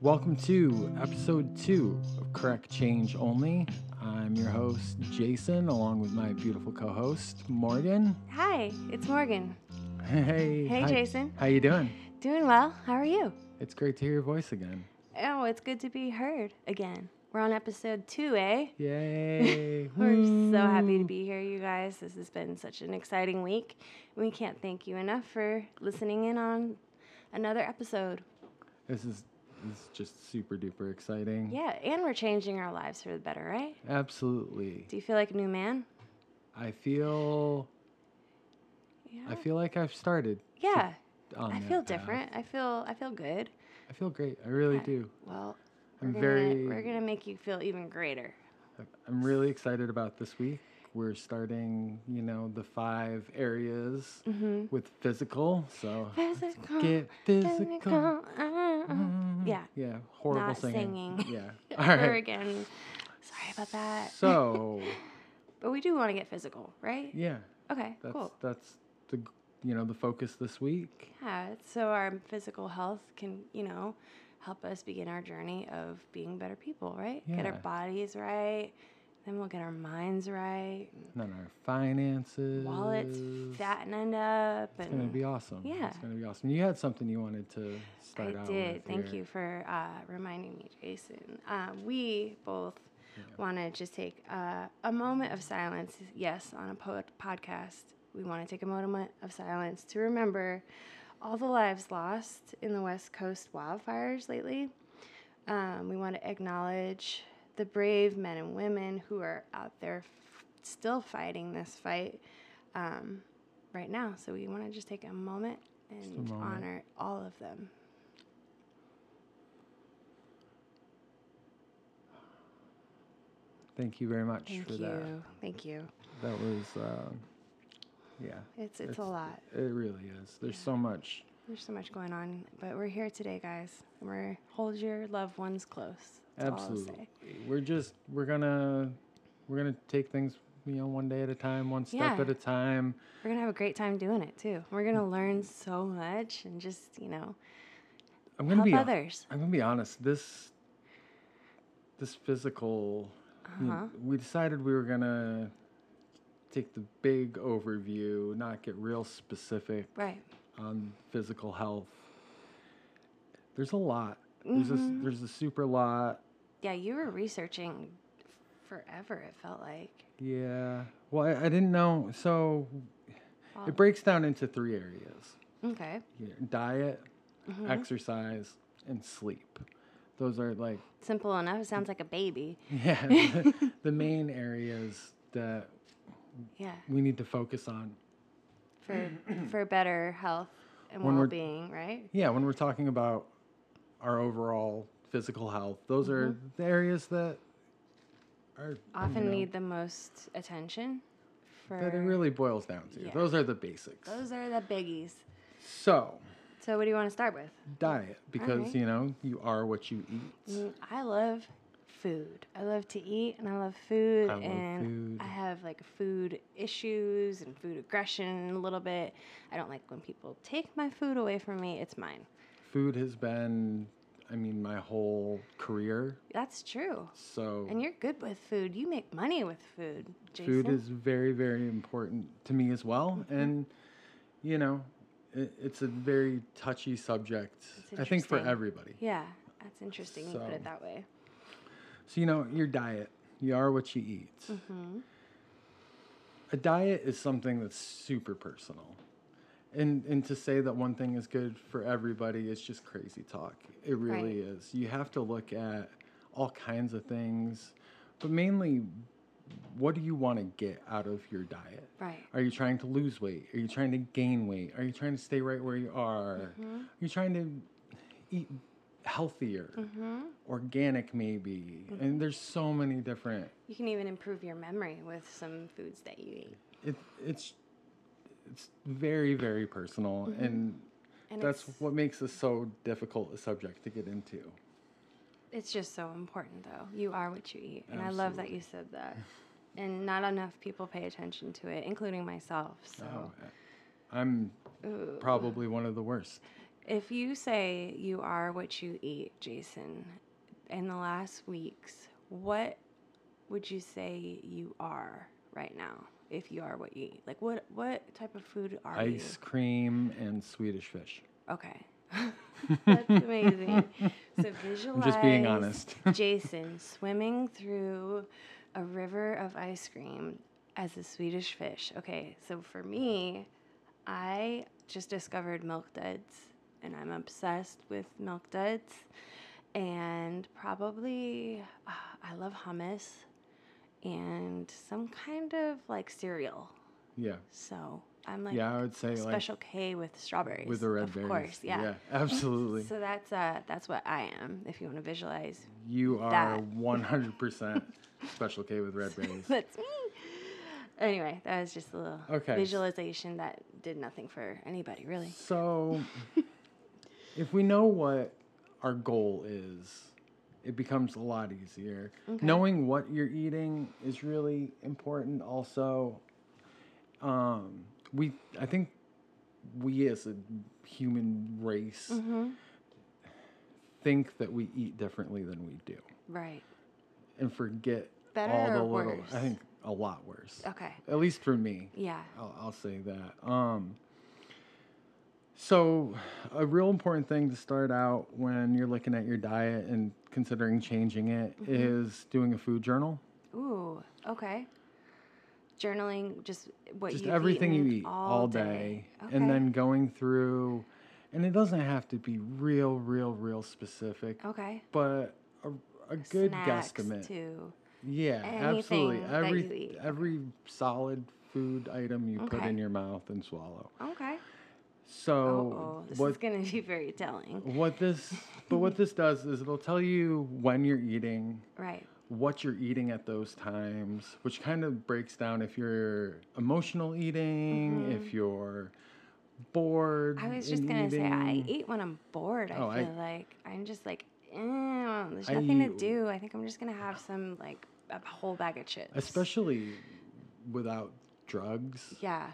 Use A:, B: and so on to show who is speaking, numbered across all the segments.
A: Welcome to episode two of Correct Change Only. I'm your host, Jason, along with my beautiful co host, Morgan.
B: Hi, it's Morgan.
A: Hey.
B: Hey,
A: hi.
B: Jason.
A: How you doing?
B: Doing well. How are you?
A: It's great to hear your voice again.
B: Oh, it's good to be heard again. We're on episode two, eh?
A: Yay.
B: We're so happy to be here, you guys. This has been such an exciting week. We can't thank you enough for listening in on another episode.
A: This is, this is just super duper exciting.
B: Yeah, and we're changing our lives for the better, right?
A: Absolutely.
B: Do you feel like a new man?
A: I feel
B: Yeah.
A: I feel like I've started
B: yeah.
A: on
B: I
A: that
B: feel
A: path.
B: different. I feel I feel good.
A: I feel great. I really
B: Yeah.
A: do.
B: Well, we're
A: I'm
B: gonna,
A: very
B: we're gonna make you feel even greater.
A: I'm really excited about this week. We're starting, you know, the five areas
B: Mm-hmm.
A: with physical. So
B: Physical.
A: get physical. Mm-hmm.
B: physical, uh, uh. Yeah.
A: Yeah. Horrible
B: Not
A: singing.
B: singing.
A: Yeah. All
B: Ever
A: right.
B: again. Sorry about that.
A: So
B: but we do want to get physical, right?
A: yeah,
B: Okay,
A: that's
B: cool.
A: that's the g- you know the focus this week.
B: Yeah, so our physical health can, you know, help us begin our journey of being better people, right? Get our
A: Yeah.
B: bodies right, then we'll get our minds right, and
A: And then our finances.
B: wallets fattened up.
A: It's
B: and
A: gonna be awesome.
B: Yeah.
A: It's gonna be awesome. You had something you wanted to start
B: I
A: out
B: did.
A: with.
B: Thank
A: here.
B: you for uh, reminding me, Jason. Uh, we both want to just take uh, a moment of silence. Yes, on a po- podcast, we want to take a moment of silence to remember all the lives lost in the West Coast wildfires lately. Um, we want to acknowledge the brave men and women who are out there f- still fighting this fight um, right now. So we want to just take a moment and
A: moment.
B: honor all of them.
A: Thank you very much
B: Thank
A: for
B: you.
A: that.
B: Thank you.
A: That was, um, yeah.
B: It's, it's a lot.
A: It really is. There's so much.
B: There's so much going on, but we're here today, guys. And we're hold your loved ones close. That's all I'll
A: Absolutely.
B: say.
A: We're just we're gonna we're gonna take things you know one day at a time, one step
B: Yeah.
A: at a time.
B: We're gonna have a great time doing it too. We're gonna learn so much and just you know
A: I'm gonna
B: help
A: be hon-
B: others.
A: I'm gonna be honest. This this physical. you know,
B: Uh-huh.
A: we decided we were gonna take the big overview, not get real specific
B: Right.
A: on physical health. There's a lot. There's
B: Mm-hmm.
A: a there's a super lot.
B: Yeah, you were researching forever. It felt like.
A: Yeah. Well, I, I didn't know. So
B: Wow.
A: it breaks down into three areas
B: Okay.
A: you know, diet,
B: Mm-hmm.
A: exercise, and sleep. Those are like,
B: Simple enough. It sounds like a baby.
A: yeah, the, the main areas that
B: Yeah.
A: we need to focus on.
B: For for better health and
A: When we're-
B: well-being, right?
A: Yeah, when we're talking about our overall physical health, those are the areas that are
B: Mm-hmm. Often
A: you know,
B: need the most attention. For
A: that it really boils down to.
B: Yeah.
A: Those are the basics.
B: those are the biggies.
A: So,
B: So what do you want to start with?
A: diet, because
B: right.
A: you know, you are what you eat.
B: Mm, I love food. I love to eat and I love food
A: I love
B: and
A: food.
B: I have like food issues and food aggression a little bit. I don't like when people take my food away from me. It's mine.
A: Food has been, I mean, my whole career.
B: That's true.
A: So,
B: And you're good with food. You make money with food, Jason.
A: food is very very important to me as well
B: Mm-hmm.
A: and you know it, it's a very touchy subject
B: It's
A: i think for
B: interesting.
A: everybody
B: Yeah, that's interesting you put
A: So-
B: it that way.
A: so you know your diet you are what you eat a diet is something that's super personal and and to say that one thing is good for everybody is just crazy talk it really is you have to look at all kinds of things but mainly what do you want to get out of your diet
B: Right.
A: Are you trying to lose weight? Are you trying to gain weight? Are you trying to stay right where you are?
B: Mm-hmm.
A: Are you trying to eat healthier,
B: Mm-hmm.
A: organic maybe? And there's so many different.
B: You can even improve your memory with some foods that you eat.
A: It, it's it's very very personal, and
B: Mm-hmm. And
A: that's
B: it's,
A: what makes this so difficult a subject to get into.
B: It's just so important, though. You are what you eat. And I love that you said that. And not enough people pay attention Oh. to it, including myself. So,
A: Oh. I'm probably Um, one of the worst.
B: If you say you are what you eat, Jason, in the last weeks, what would you say you are right now? If you are what you eat, like what what type of food are you?
A: Ice cream and Swedish fish.
B: Okay. That's amazing. so visualize
A: I'm just being honest.
B: Jason swimming through a river of ice cream as a Swedish fish. Okay, so for me, I just discovered milk duds and I'm obsessed with milk duds and probably uh, I love hummus and some kind of like cereal.
A: Yeah.
B: So I'm like
A: yeah, I would say like
B: special K with strawberries.
A: with the red
B: of
A: berries.
B: course, yeah.
A: absolutely.
B: So that's uh that's what I am. If you want to visualize,
A: you are
B: that.
A: 100% special K with red berries.
B: that's me. Anyway, that was just a little
A: Okay.
B: visualization that did nothing for anybody really.
A: So, if we know what our goal is, it becomes a lot easier. Knowing what you're eating is really important. Also, um, we I think we as a human race
B: Mm-hmm.
A: think that we eat differently than we do,
B: Right.
A: and forget
B: Better
A: all the
B: or
A: little.
B: worse?
A: I think a lot worse.
B: Okay.
A: At least for me.
B: Yeah.
A: I'll, I'll say that. Um, so, a real important thing to start out when you're looking at your diet and considering changing it is
B: Mm-hmm.
A: doing a food journal.
B: Ooh. Okay. Journaling just what
A: Just
B: you've
A: everything you
B: eaten
A: eat all day.
B: Okay.
A: And then going through, and it doesn't have to be real, real, real specific,
B: okay.
A: but a, a good
B: Oh. Snacks
A: guesstimate.
B: too.
A: Yeah, absolutely.
B: Anything that
A: Every,
B: you eat.
A: every solid food item you put
B: Okay.
A: in your mouth and swallow.
B: Okay.
A: So,
B: Oh, this
A: what
B: is gonna be very telling.
A: What this, but what this does is it'll tell you when you're eating,
B: Right.
A: what you're eating at those times, which kind of breaks down if you're emotional eating, if you're bored.
B: Mm-hmm. I was just
A: in
B: gonna say I
A: eating.
B: eat when I'm bored. I
A: Oh, I-
B: feel like I'm just like, eh, there's nothing
A: I-
B: to do. I think I'm just gonna have some like a whole bag of chips.
A: especially without drugs.
B: Yeah,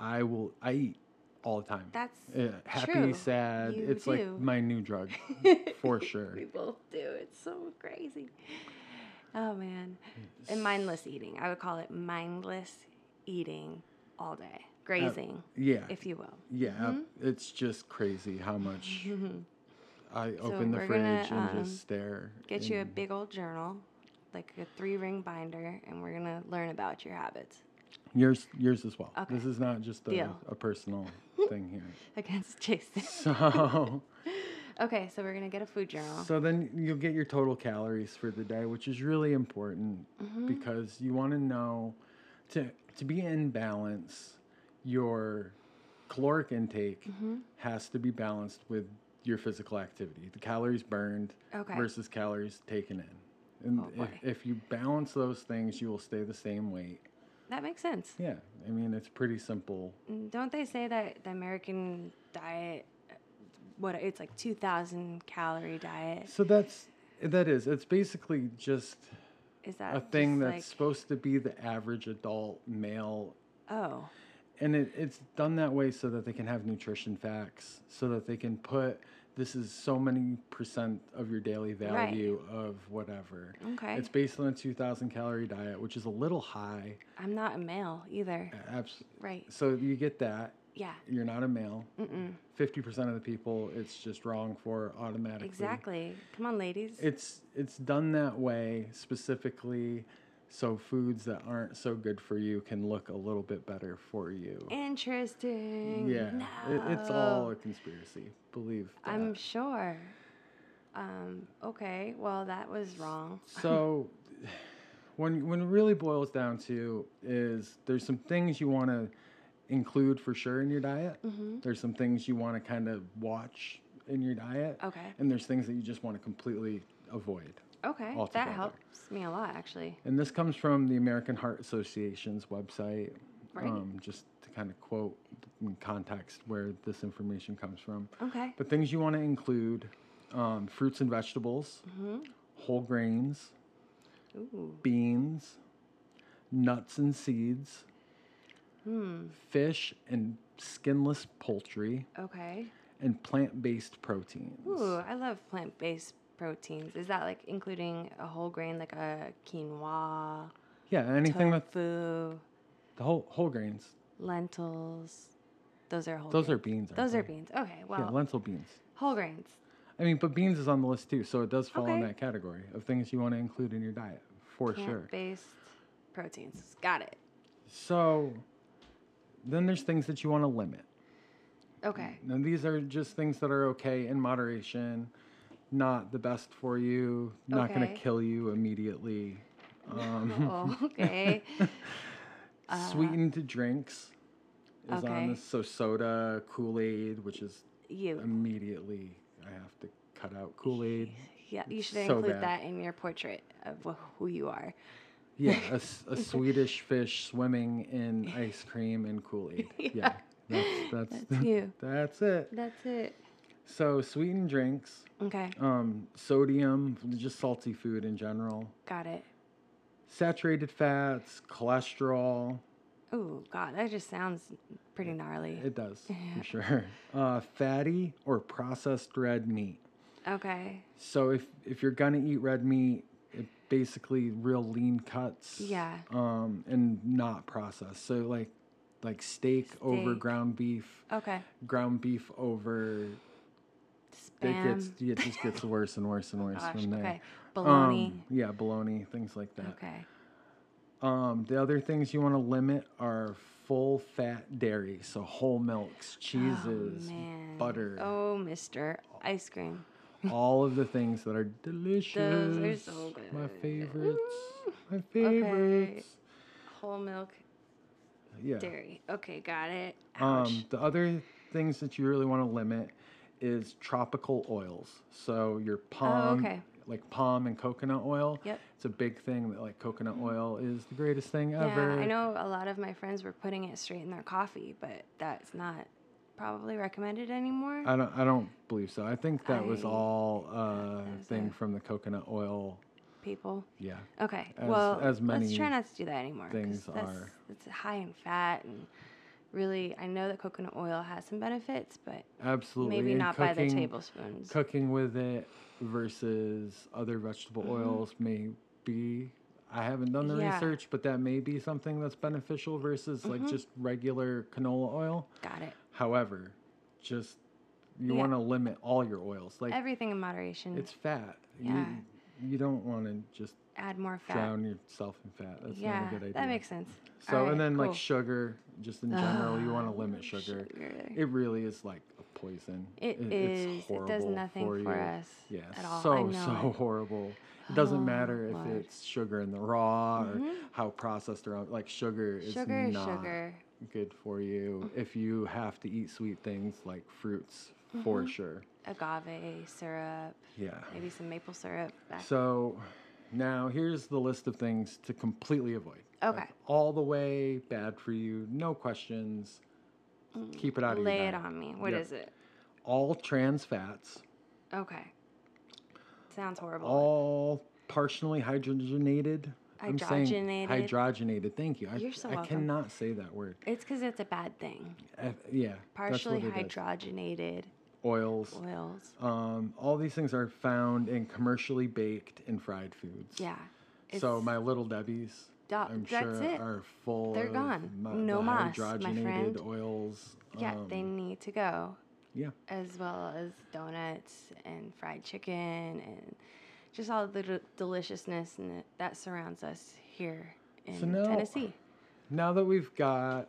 A: I will. I eat all the time.
B: that's
A: Uh, happy,
B: true.
A: sad.
B: You
A: it's like
B: do.
A: my new drug, for sure.
B: we both do. It's so crazy. Oh man, and mindless eating. I would call it mindless eating all day, grazing,
A: Yeah.
B: if you will.
A: Yeah,
B: Mm-hmm.
A: it's just crazy how much I open the
B: we're
A: fridge
B: gonna, um,
A: and just stare.
B: Get
A: and-
B: you a big old journal, like a three ring binder, and we're gonna learn about your habits.
A: yours, yours as well.
B: Okay.
A: This is not just a,
B: Deal.
A: a personal thing here.
B: Against Jason.
A: So,
B: Okay, so we're gonna get a food journal.
A: so then you'll get your total calories for the day, which is really important
B: Mm-hmm.
A: because you want to know to to be in balance. Your caloric intake
B: Mm-hmm.
A: has to be balanced with your physical activity, the calories burned
B: Okay.
A: versus calories taken in. And
B: Oh,
A: if,
B: boy.
A: if you balance those things, you will stay the same weight.
B: That makes sense.
A: Yeah, I mean it's pretty simple.
B: Mm, Don't they say that the American diet, uh, what it's like two thousand calorie diet?
A: So that's that is it's basically just
B: Is that
A: a thing
B: just,
A: that's
B: like,
A: supposed to be the average adult male
B: oh
A: and it, it's done that way so that they can have nutrition facts so that they can put this is so many percent of your daily value of whatever
B: okay?
A: it's based on a 2000 calorie diet which is a little high
B: I'm not a male either,
A: Abs-
B: right?
A: so you get that
B: Yeah,
A: you're not a male 50% of the people it's just wrong for automatically
B: exactly. Come on, ladies.
A: it's it's done that way specifically so foods that aren't so good for you can look a little bit better for you
B: Interesting.
A: Yeah, it, it's all
B: No.
A: a conspiracy. Believe that.
B: I'm sure. Um. Okay. Well, that was wrong.
A: so when when it really boils down to is there's some things you want to include for sure in your diet.
B: Mm-hmm.
A: There's some things you want to kind of watch in your diet.
B: Okay.
A: And there's things that you just want to completely avoid.
B: Okay.
A: Altogether.
B: That helps me a lot, actually.
A: And this comes from the American Heart Association's website.
B: Right.
A: Um, just to kind of quote in context where this information comes from.
B: Okay.
A: But things you want to include um, fruits and vegetables,
B: Mm-hmm.
A: whole grains,
B: Ooh.
A: beans, nuts and seeds,
B: Hmm.
A: fish and skinless poultry,
B: Okay.
A: and plant based proteins.
B: Ooh, I love plant based proteins. Is that like including a whole grain, like a quinoa,
A: Yeah, anything with
B: tofu,
A: the whole whole grains.
B: lentils? Those are whole.
A: Those
B: grains.
A: are beans. aren't
B: those are
A: they?
B: beans. Okay, well,
A: yeah, lentil beans.
B: whole grains.
A: I mean, but beans is on the list too, so it does fall in
B: Okay.
A: that category of things you want to include in your diet for sure.
B: Plant-based proteins. Got it.
A: So then there's things that you want to limit.
B: Okay.
A: Now these are just things that are okay in moderation, not the best for you, not going to
B: Okay.
A: kill you immediately. Um,
B: Oh, okay.
A: sweetened drinks is
B: okay.
A: on this. So soda, Kool Aid, which is
B: You.
A: immediately I have to cut out Kool Aid.
B: Yeah, you should
A: so
B: include
A: bad.
B: that in your portrait of wh- who you are.
A: Yeah, a, s- a Swedish fish swimming in ice cream and Kool Aid. Yeah. that's that's
B: That's you.
A: that's it.
B: That's it.
A: So sweetened drinks,
B: Okay.
A: um, sodium, just salty food in general,
B: Got it.
A: saturated fats, cholesterol.
B: Oh God, that just sounds pretty gnarly.
A: It does for sure. Uh, fatty or processed red meat.
B: Okay.
A: So if if you're gonna eat red meat, it basically real lean cuts.
B: Yeah.
A: Um, and not processed. So like like steak, over
B: Steak.
A: ground beef,
B: Okay.
A: ground beef over. It gets
B: Spam.
A: it just gets worse and worse and worse
B: Oh Gosh.
A: from there.
B: Okay.
A: Um,
B: Bologna.
A: yeah, baloney, things like that.
B: okay.
A: Um, the other things you want to limit are full fat dairy, so whole milks, cheeses,
B: oh, man.
A: butter,
B: Oh, Mister Ice Cream.
A: all of the things that are delicious.
B: so good.
A: My favorites. My
B: Okay.
A: favorites.
B: Whole milk
A: Yeah.
B: dairy. Okay, got it. Ouch.
A: Um, the other things that you really want to limit is tropical oils. So your palm,
B: Oh, okay.
A: like palm and coconut oil.
B: Yep.
A: It's a big thing that like coconut oil is the greatest thing
B: yeah,
A: ever.
B: I know a lot of my friends were putting it straight in their coffee, but that's not probably recommended anymore.
A: I don't. I don't believe so. I think that was
B: I-
A: all uh,
B: was
A: thing
B: a-
A: from the coconut oil.
B: people.
A: Yeah.
B: Okay.
A: As-
B: well,
A: as
B: let's try
A: many
B: not to do that anymore. 'cause
A: things
B: that's,
A: are.
B: It's high in fat and really, I know that coconut oil has some benefits, but
A: Absolutely.
B: maybe
A: and
B: not by the
A: cooking-
B: tablespoons.
A: Cooking with it versus other vegetable oils may be. I haven't done the
B: Mm-hmm. Yeah. Mm-hmm.
A: research, but that may be something that's beneficial versus like just regular canola oil.
B: Got it.
A: However, just you
B: Yeah.
A: want to limit all your oils. Like
B: Everything in moderation.
A: it's fat.
B: Yeah.
A: You, you don't want to just
B: Add more fat.
A: drown yourself in fat. That's not
B: yeah,
A: a good idea.
B: that makes sense. All
A: So
B: right,
A: and then
B: cool.
A: like sugar, just in general, you want to limit sugar.
B: Sugar.
A: It really is like a poison.
B: It is. It does nothing for us
A: Yeah,
B: at all. I
A: so
B: know
A: so
B: it.
A: horrible. It doesn't
B: Oh,
A: matter if
B: Lord. Mm-hmm.
A: it's sugar in the raw or how processed or like sugar is
B: Sugar is
A: not
B: sugar.
A: good for you. If you have to eat sweet things like fruits,
B: Mm-hmm.
A: for sure.
B: Agave syrup,
A: Yeah.
B: maybe some maple syrup. That,
A: So now here's the list of things to completely avoid.
B: Okay.
A: Like, all the way bad for you, no questions. Keep it out of your
B: Mm, lay it
A: diet.
B: on me. What
A: Yeah.
B: is it?
A: All trans fats,
B: Okay. Sounds horrible.
A: all partially hydrogenated. I'm saying
B: Hydrogenated.
A: hydrogenated. Thank you. I,
B: You're so
A: I
B: welcome.
A: cannot say that word.
B: It's because it's a bad thing.
A: Uh, yeah.
B: Partially
A: that's what it is.
B: hydrogenated
A: Oils.
B: oils.
A: Um, all these things are found in commercially baked and fried foods.
B: Yeah. It's,
A: so my little Debbie's,
B: Da-
A: I'm
B: that's
A: sure,
B: it.
A: are full.
B: They're
A: of
B: gone.
A: my-
B: No
A: the
B: mas, my
A: hydrogenated
B: friend.
A: oils.
B: yeah,
A: um,
B: they need to go
A: yeah,
B: as well as donuts and fried chicken and just all the del- deliciousness and that surrounds us here in
A: So now-
B: Tennessee.
A: now that we've got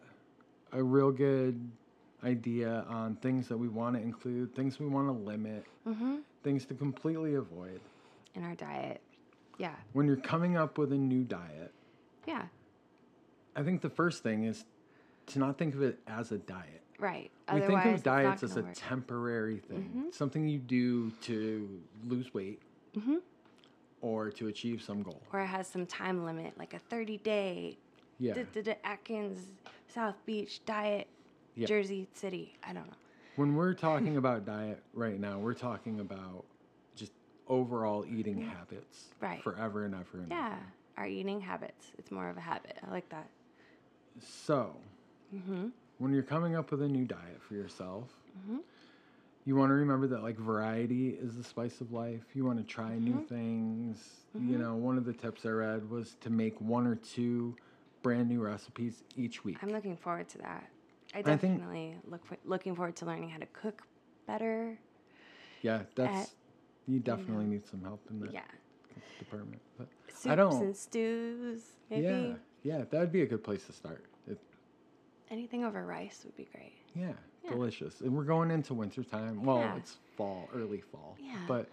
A: a real good idea on things that we want to include, things we want to limit,
B: Mm-hmm.
A: things to completely avoid.
B: in our diet. Yeah.
A: When you're coming up with a new diet,
B: Yeah.
A: I think the first thing is to not think of it as a diet.
B: Right.
A: We think
B: Otherwise,
A: of
B: it's not
A: diets as a
B: gonna work. Mm-hmm.
A: temporary thing, something you do to lose weight
B: Mm-hmm.
A: or to achieve some goal.
B: or it has some time limit, like a 30 day
A: Yeah.
B: duh, duh, duh, Atkins, South Beach diet,
A: Yeah.
B: Jersey City. I don't know.
A: When we're talking about diet right now, we're talking about just overall eating habits
B: Mm-hmm. Right.
A: forever and ever and
B: Yeah. Our eating habits. It's more of a habit. I like that. Mm-hmm.
A: So, when you're coming up with a new diet for yourself, you want to remember that like variety is the spice of life. You want to try
B: Mm-hmm.
A: new things. You know, one of the tips I read was to make one or two brand new recipes each week.
B: I'm looking forward to that. I
A: I think-
B: definitely look for, looking forward to learning how to cook better.
A: yeah, that's you definitely need some help in that
B: Yeah.
A: department. But
B: Soups
A: I don't.
B: and stews, maybe.
A: Yeah, yeah, that would be a good place to start. It,
B: Anything over rice would be great.
A: yeah,
B: Yeah.
A: delicious. And we're going into winter time. Well,
B: Yeah.
A: it's fall, early fall.
B: Yeah.
A: But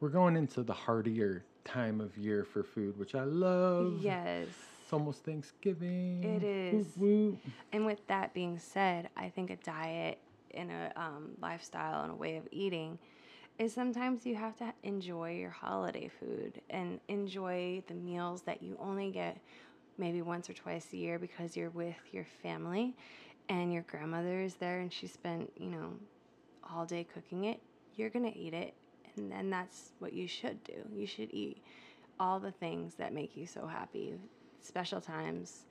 A: we're going into the heartier time of year for food, which I love.
B: Yes.
A: It's almost Thanksgiving.
B: It
A: Whoop,
B: is.
A: whoop.
B: And with that being said, I think a diet and a um, lifestyle and a way of eating is sometimes you have to enjoy your holiday food and enjoy the meals that you only get maybe once or twice a year because you're with your family and your grandmother is there and she spent, you know, all day cooking it. You're going to eat it. And then that's what you should do. You should eat all the things that make you so happy, special times,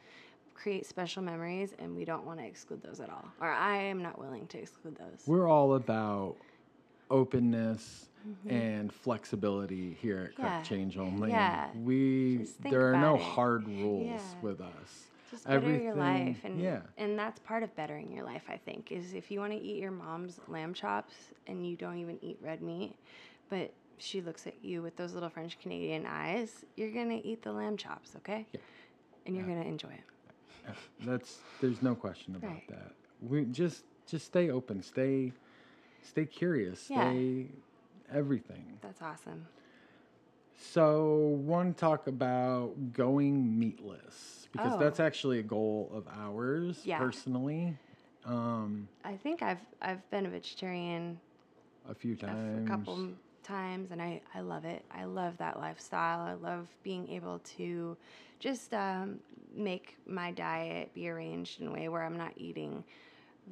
B: create special memories, and we don't want to exclude those at all. Or I am not willing to exclude those.
A: We're all about openness and flexibility here at
B: Mm-hmm. Yeah.
A: Cook Change Only.
B: Yeah.
A: We
B: Just think
A: there are
B: about
A: no
B: it.
A: hard rules
B: Yeah.
A: with us.
B: just better your
A: everything-
B: life and
A: yeah.
B: and that's part of bettering your life i think is if you want to eat your mom's lamb chops and you don't even eat red meat but she looks at you with those little french canadian eyes you're gonna eat the lamb chops okay
A: Yeah.
B: and you're gonna enjoy it
A: Yeah, That's there's no question about
B: Right.
A: that. We just just stay open, stay stay curious,
B: Yeah.
A: stay everything.
B: that's awesome
A: So want to talk about going meatless because
B: Oh.
A: that's actually a goal of ours
B: Yeah.
A: personally. Um,
B: i think i've i've been a vegetarian
A: a few
B: a f-
A: times.
B: a couple m- times and I, I love it i love that lifestyle i love being able to just um, make my diet be arranged in a way where i'm not eating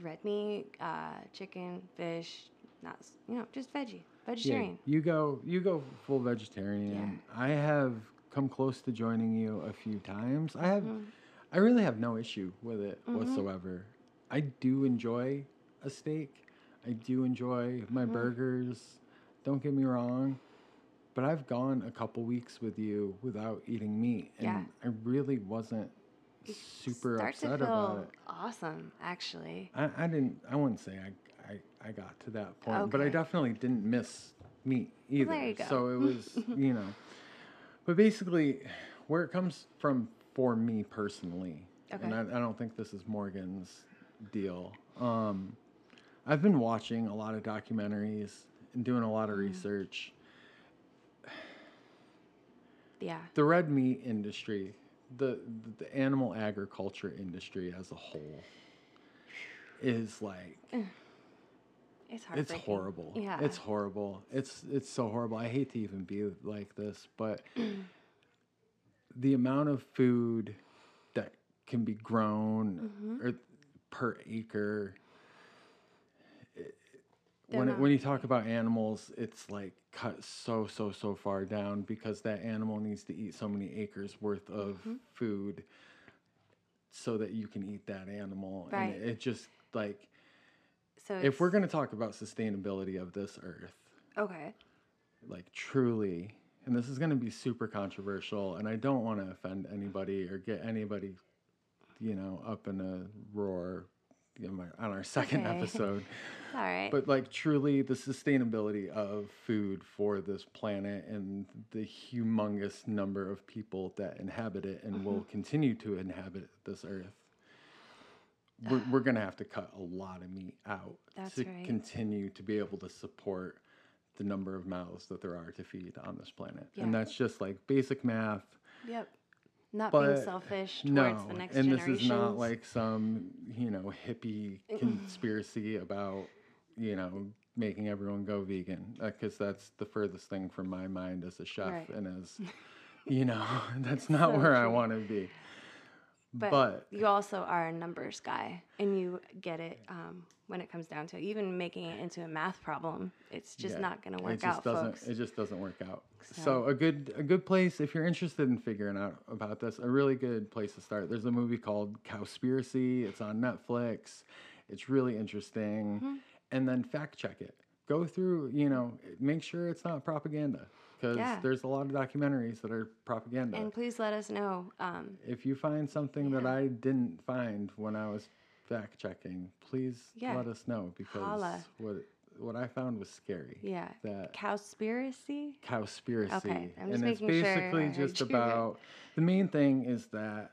B: red meat uh, chicken fish not s- you know just veggie vegetarian
A: Yeah, you go you go full vegetarian. I have come close to joining you a few times. I have
B: Mm-hmm.
A: I really have no issue with it whatsoever. I do enjoy a steak. I do enjoy my
B: Mm-hmm.
A: burgers. Don't get me wrong. But I've gone a couple weeks with you without eating meat and
B: Yeah.
A: I really wasn't super
B: Start
A: upset
B: to feel
A: about it.
B: awesome actually
A: I, I didn't. I wouldn't say I, I, I got to that point, but I
B: Okay.
A: definitely didn't miss meat either.
B: there you go.
A: So it was, you know. But basically, where it comes from for me personally, and
B: Okay.
A: I, I don't think this is Morgan's deal. Um, I've been watching a lot of documentaries and doing a
B: Mm-hmm.
A: lot of research.
B: yeah
A: The red meat industry, the the animal agriculture industry as a whole, is like
B: it's hard
A: It's horrible.
B: yeah
A: It's horrible. It's it's so horrible. I hate to even be like this, but the amount of food that can be grown
B: Mm-hmm.
A: or per acre it-
B: They're
A: when, it-
B: not
A: when you talk about animals, it's like cut so so so far down because that animal needs to eat so many acres worth of
B: Mm-hmm.
A: food so that you can eat that animal.
B: Right.
A: And it, it just like
B: so
A: if we're
B: it's-
A: going to talk about sustainability of this earth
B: okay
A: like truly and this is going to be super controversial and i don't want to offend anybody or get anybody you know up in a roar in my- on our second
B: Okay.
A: episode
B: it's all right
A: but like truly the sustainability of food for this planet and the humongous number of people that inhabit it and will
B: Mm-hmm.
A: continue to inhabit this earth we're, we're going to have to cut a lot of meat out
B: That's
A: to
B: right.
A: continue to be able to support the number of mouths that there are to feed on this planet
B: Yeah.
A: and that's just like basic math
B: yep not
A: but
B: being selfish towards
A: no
B: the next
A: and this
B: generation
A: is not like some you know hippie conspiracy about you know making everyone go vegan because that's the furthest thing from my mind as a chef
B: Right.
A: and as you know that's not
B: So
A: where i
B: true.
A: want to be
B: but,
A: but
B: you also are a numbers guy and you get it um, when it comes down to it. even making it into a math problem it's just
A: Yeah,
B: not going to work
A: it just
B: out
A: doesn't
B: folks
A: it just doesn't work out so.
B: So-
A: a good a good place if you're interested in figuring out about this a really good place to start there's a movie called
B: Mm-hmm.
A: cowspiracy it's on netflix it's really interesting and then fact check it go through, you know, make sure it's not propaganda because
B: Yeah.
A: there's a lot of documentaries that are propaganda.
B: And please let us know. Um,
A: if you find something that I didn't find when I was fact checking, please
B: Yeah.
A: let us know because
B: Holla.
A: what what I found was scary.
B: yeah.
A: That
B: Cowspiracy?
A: cowspiracy.
B: Okay, I'm
A: and
B: just
A: it's
B: making sure
A: basically
B: I heard
A: just
B: you right.
A: about the main thing is that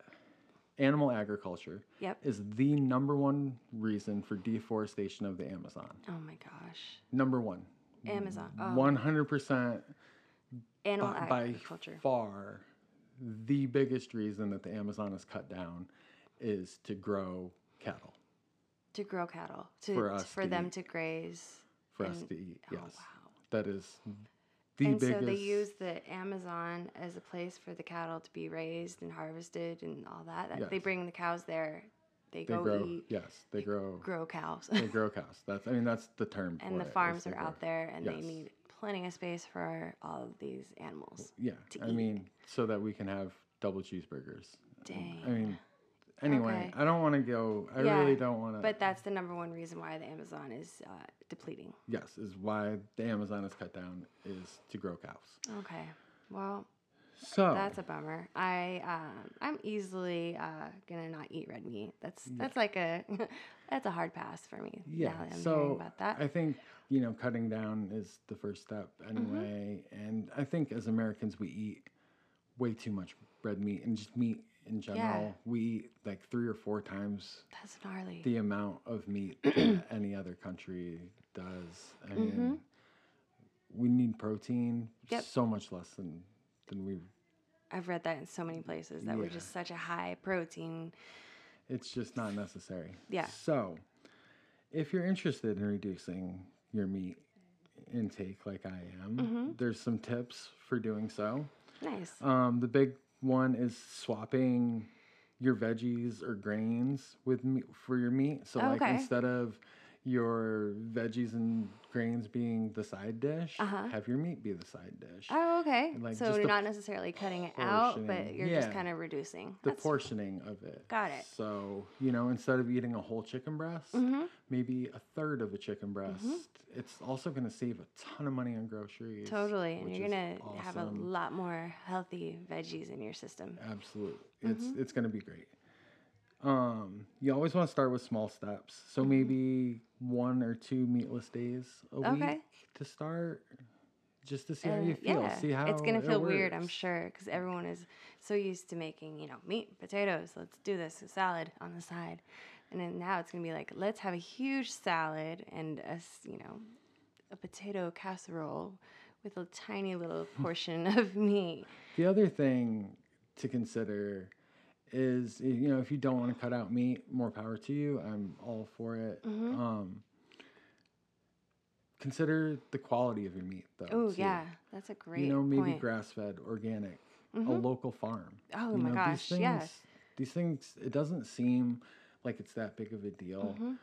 A: animal agriculture
B: Yep.
A: is the number one reason for deforestation of the Amazon.
B: Oh my gosh.
A: Number one.
B: Amazon. Oh,
A: One hundred percent
B: animal
A: by, by
B: agriculture.
A: far the biggest reason that the Amazon is cut down is to grow cattle.
B: to grow cattle. To,
A: for
B: to-
A: us
B: for
A: to
B: them
A: eat.
B: to graze.
A: for us
B: And-
A: to eat.
B: oh,
A: Yes,
B: wow.
A: that is the
B: and
A: biggest.
B: so they use the Amazon as a place for the cattle to be raised and harvested and all that. That- They
A: Yes.
B: bring the cows there. They,
A: they
B: go
A: grow.
B: eat,
A: Yes, they grow.
B: grow cows.
A: They grow cows. That's. I mean, that's the term. for
B: and the
A: it, is
B: farms
A: they
B: are out
A: grow.
B: there and
A: Yes.
B: they need plenty of space for all of these animals.
A: Yeah,
B: to
A: I
B: eat.
A: mean, so that we can have double cheeseburgers.
B: Dang.
A: I mean, anyway,
B: Okay.
A: I don't want to go. I
B: Yeah,
A: really don't want to.
B: but that's the number one reason why the Amazon is uh, depleting.
A: yes, is why the Amazon is cut down is to grow cows.
B: Okay. Well,
A: So
B: that's a bummer. I um, I'm easily uh, gonna not eat red meat. That's that's like a that's a hard pass for me.
A: yeah.
B: Now that I'm hearing
A: so
B: about that.
A: I think you know cutting down is the first step
B: Mm-hmm.
A: anyway, and I think as Americans we eat way too much red meat and just meat in general. We eat like three or four times
B: that's gnarly.
A: the amount of meat that any other country does. I mean, we need protein
B: Mm-hmm. Yep.
A: so much less than than we.
B: I've read that in so many places that we're
A: Yeah.
B: just such a high protein.
A: It's just not necessary.
B: Yeah.
A: So, if you're interested in reducing your meat intake, like I am,
B: Mm-hmm.
A: there's some tips for doing so.
B: Nice.
A: Um, the big one is swapping your veggies or grains with me- for your meat. So like
B: Oh, Okay.
A: instead of your veggies and grains being the side dish,
B: Uh-huh.
A: have your meat be the side dish.
B: Oh, okay.
A: like,
B: so
A: just
B: you're
A: the
B: not necessarily cutting it out, but
A: portioning.
B: you're just
A: Yeah.
B: kind of reducing.
A: the
B: That's-
A: portioning of it.
B: Got it.
A: So, you know, instead of eating a whole chicken breast,
B: Mhm.
A: maybe a third of a chicken breast.
B: Mm-hmm.
A: It's also going to save a ton of money on groceries.
B: Totally, and
A: which
B: you're
A: is
B: gonna have a
A: awesome.
B: lot more healthy veggies in your system.
A: Absolutely.
B: Mm-hmm.
A: It's it's gonna be great. Um, you always want to start with small steps. So
B: Mm-hmm.
A: maybe one or two meatless days a
B: Okay.
A: week to start, just to see how
B: Uh,
A: you feel. See how
B: it's gonna
A: it
B: feel weird, I'm
A: works.
B: sure, because everyone is so used to making you know meat, potatoes. Let's do this a salad on the side, and then now it's gonna be like let's have a huge salad and a s- you know a potato casserole with a tiny little portion of meat.
A: The other thing to consider is you know if you don't want to cut out meat, more power to you. I'm all for it.
B: Mhm.
A: Um, consider the quality of your meat though.
B: Oh
A: too.
B: yeah, that's a great
A: you know maybe
B: point.
A: grass fed, organic, a
B: Mhm.
A: local farm.
B: oh
A: You
B: my
A: know,
B: gosh, yeah.
A: These things, it doesn't seem like it's that big of a deal,
B: Mhm.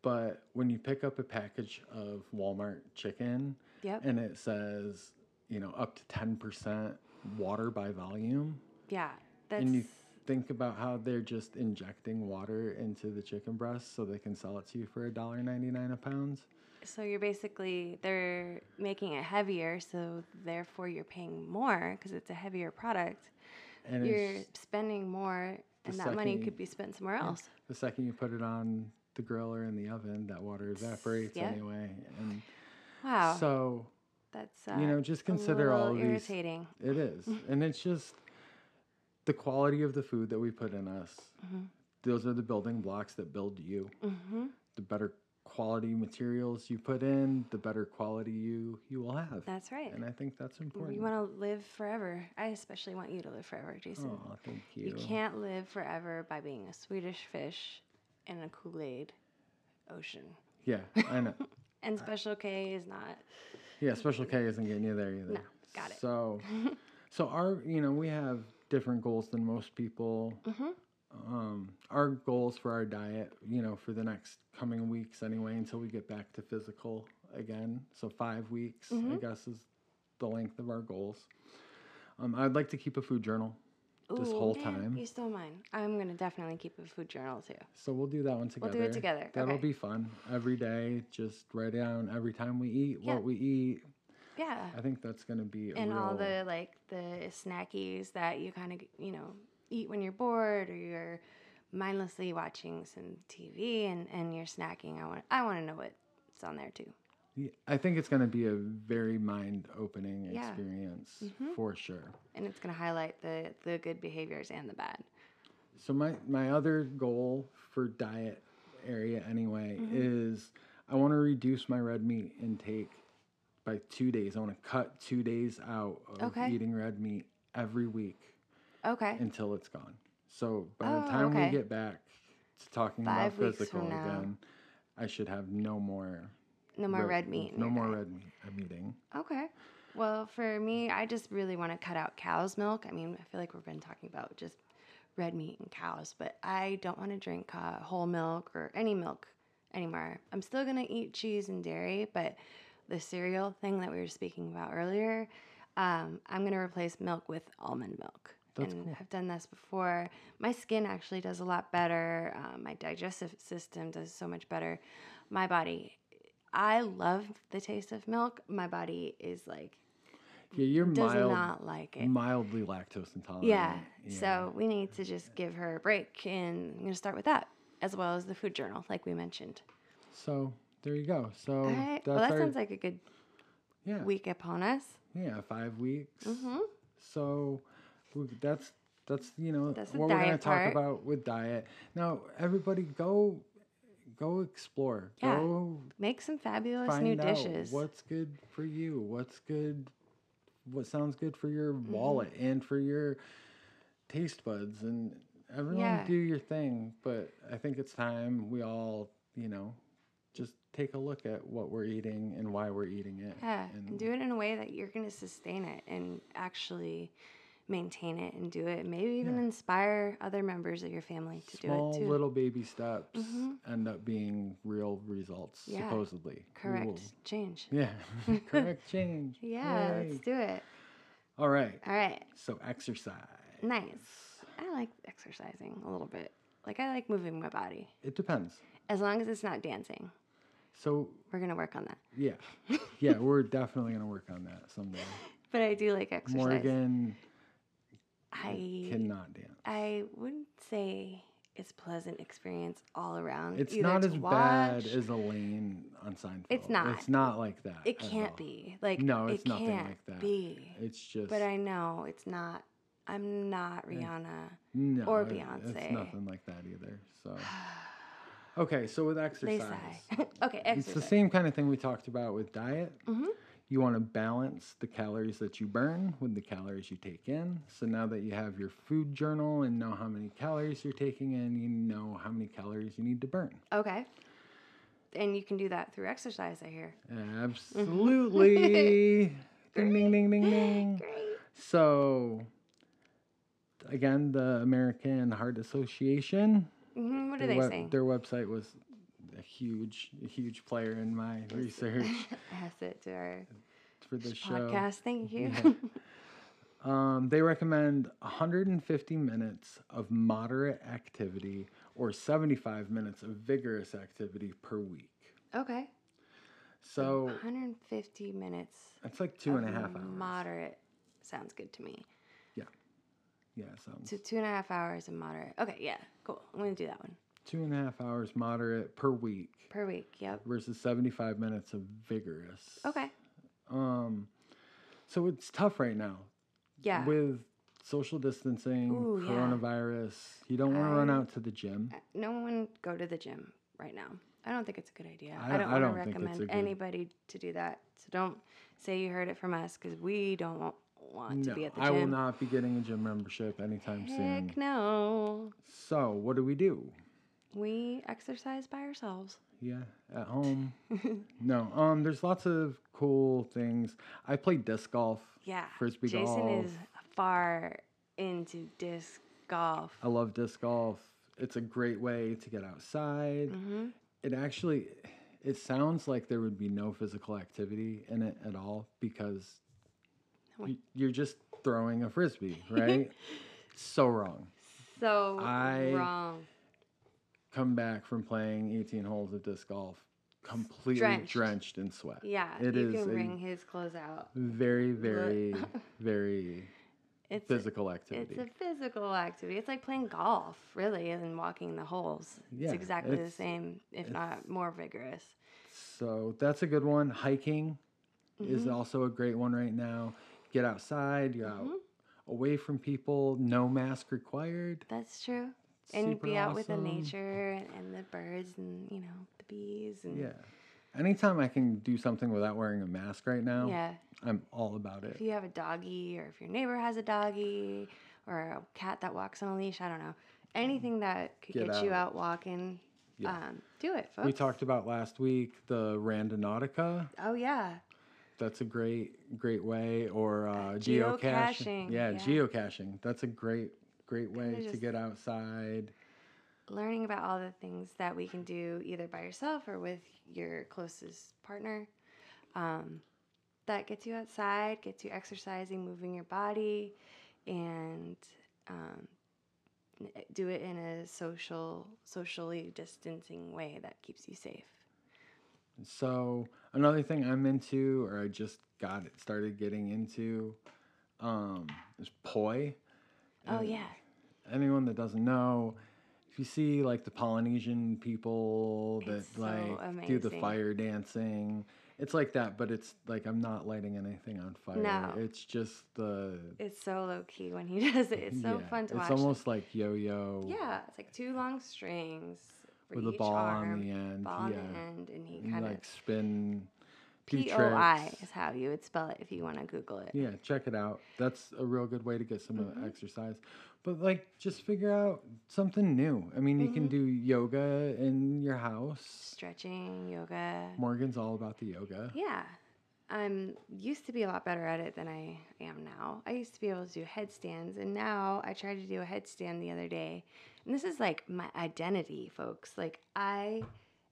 A: but when you pick up a package of Walmart chicken
B: Yep.
A: and it says, you know, up to 10% water by volume,
B: yeah. That's
A: and you think about how they're just injecting water into the chicken breast so they can sell it to you for $1.99 a pound.
B: So you're basically they're making it heavier, so therefore you're paying more because it's a heavier product.
A: And
B: you're
A: it's,
B: spending more,
A: the
B: and that money
A: second-
B: could be spent somewhere else.
A: the second you put it on the grill or in the oven, that water evaporates
B: Yeah.
A: anyway. And
B: Wow,
A: so
B: that's uh,
A: you know, just consider
B: a
A: all
B: little
A: of these.
B: irritating.
A: It is,
B: Mm-hmm.
A: and it's just the quality of the food that we put in us.
B: Mm-hmm.
A: Those are the building blocks that build you.
B: hmm
A: The better quality materials you put in, the better quality you you will have.
B: That's right.
A: and I think that's important.
B: You want to live forever. I especially want you to live forever, Jason.
A: Aw, thank Oh, you.
B: you can't live forever by being a Swedish fish in a Kool Aid ocean.
A: Yeah, I know. Uh,
B: And Special K is not.
A: Yeah, Special K isn't getting you there either.
B: No, got it.
A: So, so our, you know, we have different goals than most people.
B: Mm-hmm.
A: Um, our goals for our diet, you know, for the next coming weeks anyway, until we get back to physical again. So five weeks,
B: Mm-hmm.
A: I guess, is the length of our goals. Um, I'd like to keep a food journal. this
B: Ooh,
A: whole
B: man,
A: time.
B: You stole mine. I'm gonna definitely keep a food journal too.
A: So we'll do that one
B: We'll
A: together.
B: do it together,
A: That'll
B: okay.
A: be fun. Every day, just write down every time we eat,
B: Yeah.
A: what we eat.
B: Yeah.
A: I think that's going to be a
B: and
A: real,
B: all the like the snackies that you kind of you know eat when you're bored or you're mindlessly watching some TV and and you're snacking. I want I want to know what's on there too.
A: Yeah, I think it's going to be a very mind opening
B: Yeah. Mm-hmm.
A: experience for sure.
B: And it's gonna highlight the the good behaviors and the bad.
A: So my my other goal for diet area anyway
B: Mm-hmm.
A: is I want to reduce my red meat intake by 2 days. I want to cut 2 days out of
B: Okay.
A: eating red meat every week
B: Okay.
A: until it's gone. So by the
B: Oh,
A: time
B: okay.
A: we get back to talking
B: Five
A: about
B: weeks
A: physical
B: from now.
A: again, I should have no more
B: No more red meat. in
A: No
B: your
A: more
B: diet.
A: red meat I'm eating.
B: Okay. Well, for me, I just really want to cut out cow's milk. I mean, I feel like we've been talking about just red meat and cows, but I don't want to drink uh, whole milk or any milk anymore. I'm still going to eat cheese and dairy, but the cereal thing that we were speaking about earlier, um, I'm going to replace milk with almond milk.
A: That's
B: and
A: cool.
B: I've done this before. My skin actually does a lot better. Um, my digestive system does so much better. My body I love the taste of milk. My body is like
A: Yeah, you're
B: does
A: mild,
B: not like it.
A: mildly lactose intolerant.
B: yeah. So we need to just give her a break and I'm gonna start with that as well as the food journal, like we mentioned.
A: So there you go. So
B: All right.
A: that's
B: Well that
A: our,
B: sounds like a good
A: yeah.
B: week upon us. Mm-hmm.
A: Yeah, five weeks. So we, that's that's you know
B: That's the
A: what we're gonna
B: diet
A: talk
B: part.
A: about with diet. Now everybody go go explore.
B: Yeah.
A: Go
B: Make some fabulous
A: find
B: new
A: out
B: dishes.
A: what's good for you. What's good. What sounds good for your wallet
B: Mm-hmm.
A: and for your taste buds and everyone
B: Yeah.
A: do your thing. But I think it's time we all you know just take a look at what we're eating and why we're eating it.
B: Yeah,
A: and-
B: and do it in a way that you're going to sustain it and actually maintain it and do it. and Maybe even inspire other members of your family to
A: small
B: do it too. Mm-hmm.
A: little baby steps end up being real results
B: Yeah.
A: supposedly We
B: Correct
A: will-
B: change.
A: yeah correct change
B: Yeah,
A: Yay.
B: let's do it.
A: all right
B: All right.
A: so exercise
B: Nice. I like exercising a little bit. Like I like moving my body.
A: it depends
B: As long as it's not dancing.
A: so
B: We're gonna work on that.
A: yeah yeah we're definitely gonna work on that someday
B: But I do like exercise.
A: morgan
B: I
A: cannot dance
B: I wouldn't say it's pleasant experience all around.
A: it's
B: either
A: not
B: to
A: as bad
B: watch-
A: as elaine on seinfeld
B: It's not.
A: it's not like that
B: it
A: at
B: can't
A: all.
B: be. Like
A: No,
B: it
A: it's nothing
B: can't
A: like that.
B: Be.
A: it's just
B: But I know it's not I'm not Rihanna.
A: No,
B: or
A: it-
B: Beyonce.
A: It's nothing like that either. So, okay, so with
B: They
A: exercise,
B: sigh. okay,
A: it's
B: exercise. Mm-hmm.
A: the same kind of thing we talked about with diet. You want to balance the calories that you burn with the calories you take in. So now that you have your food journal and know how many calories you're taking in, you know how many calories you need to burn.
B: Okay. And you can do that through exercise, I hear.
A: Absolutely. ding, ding, ding, ding, ding.
B: Mm-hmm. Great.
A: So, again, the American Heart Association.
B: hmm What are
A: their
B: they
A: web-
B: saying?
A: Their website was a huge, a huge player in my research
B: Asset to our
A: for this show.
B: podcast. Thank you.
A: Um, they recommend 150 minutes of moderate activity or 75 minutes of vigorous activity per week.
B: okay.
A: So
B: 150 minutes.
A: it's like two and a
B: of
A: half hours.
B: Moderate sounds good to me.
A: yeah, sounds
B: So two and a half hours of moderate. Okay, yeah, cool. I'm gonna do that one
A: two and a half hours moderate per week
B: per week. Yep.
A: versus 75 minutes of vigorous.
B: Okay.
A: Um, so it's tough right now.
B: Yeah.
A: with social distancing,
B: Ooh, yeah.
A: coronavirus, you don't want to run
B: I-
A: out to the gym.
B: Uh, no one go to the gym right now. I don't think it's a good idea.
A: I
B: I,
A: don't-
B: don't
A: I
B: want
A: don't
B: to
A: think it's
B: recommend
A: a good-
B: anybody to do that. So don't say you heard it from us because we don't want, want to
A: No,
B: be at the
A: I
B: gym.
A: will not be getting a gym membership anytime soon.
B: Heck no.
A: So, what do we do?
B: We exercise by ourselves.
A: Yeah, at home. no, um, there's lots of cool things. I play disc golf.
B: Yeah.
A: frisbee
B: Jason
A: golf.
B: is far into disc golf.
A: I love disc golf. It's a great way to get outside.
B: Mm. Mm-hmm.
A: It actually, it sounds like there would be no physical activity in it at all because
B: No.
A: y- you're just throwing a frisbee, right? So wrong.
B: So
A: I-
B: wrong.
A: Come back from playing 18 holes of disc golf completely drenched,
B: Drenched.
A: in sweat.
B: Yeah,
A: It
B: you
A: is
B: can
A: a
B: wring his clothes out.
A: very, very, very
B: It's a-
A: physical
B: it's
A: activity.
B: a physical activity. It's like playing golf, really, and walking the holes.
A: Yeah,
B: it's exactly the
A: it's-
B: same, if not more vigorous.
A: So that's a good one. Hiking is
B: Mm-hmm.
A: also a great one right now. Get outside, you're out
B: Mm-hmm.
A: away from people, no mask required.
B: That's true. And
A: Super
B: be out with the
A: awesome.
B: nature and the birds and you know the bees and
A: Yeah. Anytime I can do something without wearing a mask right now,
B: yeah.
A: I'm all about
B: If
A: it.
B: you have a doggy or if your neighbor has a doggy or a cat that walks on a leash, I don't know. Anything that could
A: Get
B: get, you
A: out.
B: out walking,
A: Yeah.
B: um, do it, folks.
A: We talked about last week the Randonautica.
B: Oh yeah,
A: That's a great, great way. Or uh, geocaching.
B: geocaching,
A: Yeah,
B: yeah.
A: geocaching. That's a great, great way to
B: just-
A: get outside.
B: learning about all the things that we can do either by yourself or with your closest partner. Um, that gets you outside, gets you exercising, moving your body, and um, n- do it in a social, socially distancing way that keeps you safe.
A: So another thing I'm into, or I just got it started getting into, um, is poi.
B: Oh
A: And
B: yeah,
A: Anyone that doesn't know, if you see like the Polynesian people that
B: It's so
A: like do the
B: amazing.
A: fire dancing, it's like that, but it's like I'm not lighting anything on fire.
B: No.
A: It's just the
B: it's so low key when he does it. It's so
A: yeah,
B: fun to
A: It's
B: watch.
A: almost like yo-yo
B: yeah, it's like two long strings for
A: with a
B: each
A: ball
B: arm,
A: on the end.
B: ball on
A: yeah.
B: the end, and he
A: and you,
B: kind of
A: like spin do
B: P O I
A: tricks.
B: is how you would spell it if you want to Google it. Mm-hmm.
A: Yeah, check it out. That's a real good way to get some of the exercise. But like, just figure out something new. I mean, you can do
B: Mm-hmm.
A: yoga in your house.
B: Stretching, yoga.
A: Morgan's all about the yoga.
B: Yeah. I'm used to be a lot better at it than I am now. I used to be able to do headstands, and now I tried to do a headstand the other day. And this is like my identity, folks. Like, I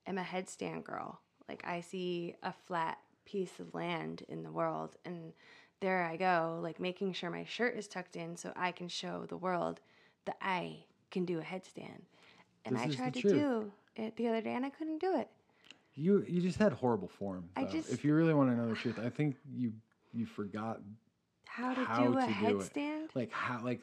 B: am a headstand girl. Like, I see a flat piece of land in the world, and there I go, like making sure my shirt is tucked in so I can show the world that I can do a headstand. And
A: This
B: I
A: is the
B: tried to
A: truth.
B: do it the other day, and I couldn't do it.
A: You you just had horrible form.
B: I
A: though.
B: just-
A: if you really want to know the truth, I think you you forgot
B: How to
A: How
B: do a
A: to do it.
B: headstand?
A: like how like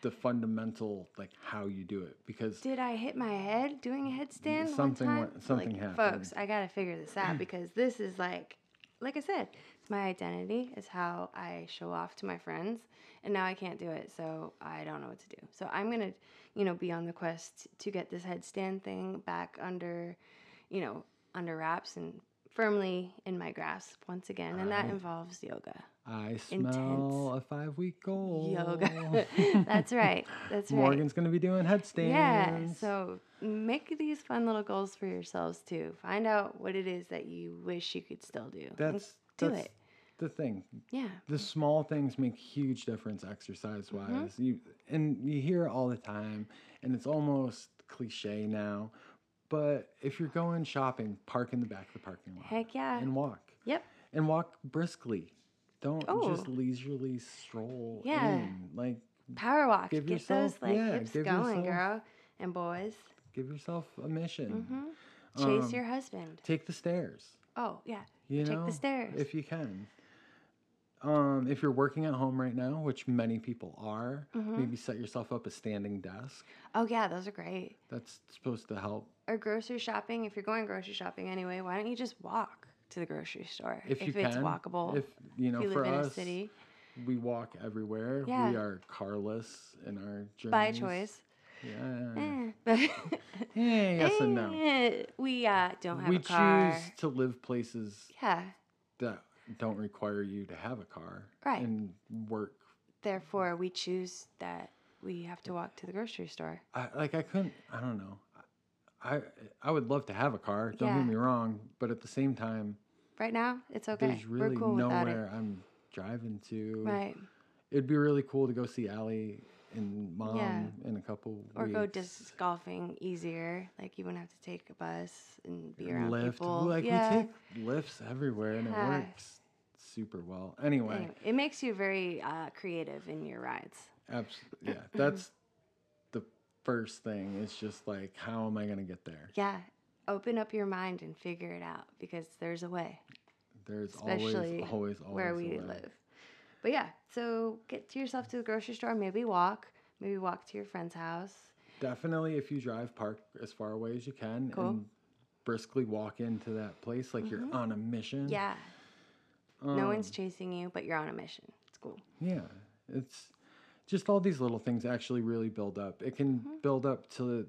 A: the fundamental like how you do it because
B: Did I hit my head doing a headstand?
A: Something
B: one time?
A: went- something
B: Like,
A: happened.
B: Folks, I gotta figure this out because this is like, like I said, it's my identity. It's how I show off to my friends, and now I can't do it, so I don't know what to do. So I'm gonna, you know, be on the quest to get this headstand thing back under, you know, under wraps and firmly in my grasp once again, and that
A: Right.
B: involves yoga.
A: I smell a five week old.
B: Yoga. That's right. That's right.
A: Morgan's gonna be doing headstands.
B: Yeah. So make these fun little goals for yourselves too. Find out what it is that you wish you could still do. and
A: that's
B: do
A: that's
B: it.
A: the thing.
B: Yeah.
A: the small things make huge difference exercise wise
B: Mm-hmm.
A: you and you hear it all the time and it's almost cliche now but if you're going shopping park in the back of the parking lot
B: Heck yeah.
A: and walk
B: Yep.
A: and walk briskly don't just
B: Oh.
A: leisurely stroll
B: Yeah.
A: in like
B: Power walk.
A: Give
B: Get
A: yourself-
B: those like
A: yeah,
B: hips
A: give yourself-
B: going, girl and boys. Mm-hmm.
A: give yourself a mission
B: Chase
A: Um,
B: your husband.
A: take the stairs
B: Oh yeah.
A: you
B: Take
A: know
B: the stairs.
A: if you can um, if you're working at home right now which many people are
B: Mm-hmm.
A: maybe set yourself up a standing desk
B: oh yeah, those are great.
A: that's supposed to help
B: Or grocery shopping. If you're going grocery shopping anyway, why don't you just walk to the grocery store
A: if, you
B: it's
A: can,
B: walkable?
A: If you know,
B: if you live
A: for
B: in
A: us,
B: a city,
A: we walk everywhere.
B: Yeah.
A: We are carless in our journeys.
B: by choice.
A: Yeah.
B: Eh.
A: Eh, yes and no.
B: Eh, We uh, don't have
A: We
B: a car.
A: choose to live places
B: Yeah.
A: that don't require you to have a car.
B: Right.
A: And work.
B: Therefore, we choose that we have to walk to the grocery store.
A: I, like I couldn't. I don't know. I I would love to have a car. Don't
B: Yeah.
A: get me wrong. But at the same time,
B: Right now, it's okay.
A: there's really
B: We're cool without it.
A: nowhere I'm driving to.
B: Right.
A: It'd be really cool to go see Allie and mom in a couple
B: Or
A: weeks.
B: go disc golfing easier. Like, you wouldn't have to take a bus and be around
A: Lyft.
B: people.
A: Like
B: yeah.
A: we take lifts everywhere and
B: Yeah.
A: it works super well. Anyway,
B: Anyway, it makes you very uh, creative in your rides.
A: Absolutely. Yeah. That's the first thing. It's just like, how am I going to get there?
B: Yeah. Open up your mind and figure it out because there's a way,
A: There's
B: especially
A: always, always, always
B: where
A: a
B: we
A: way.
B: live. But yeah, so get to yourself to the grocery store, maybe walk, maybe walk to your friend's house.
A: Definitely, if you drive, park as far away as you can
B: Cool. Mm-hmm.
A: and briskly walk into that place like you're on a mission.
B: Yeah.
A: Um,
B: no one's chasing you, but you're on a mission. It's cool.
A: Yeah, it's just all these little things actually really build up. It can
B: Mm-hmm.
A: build up to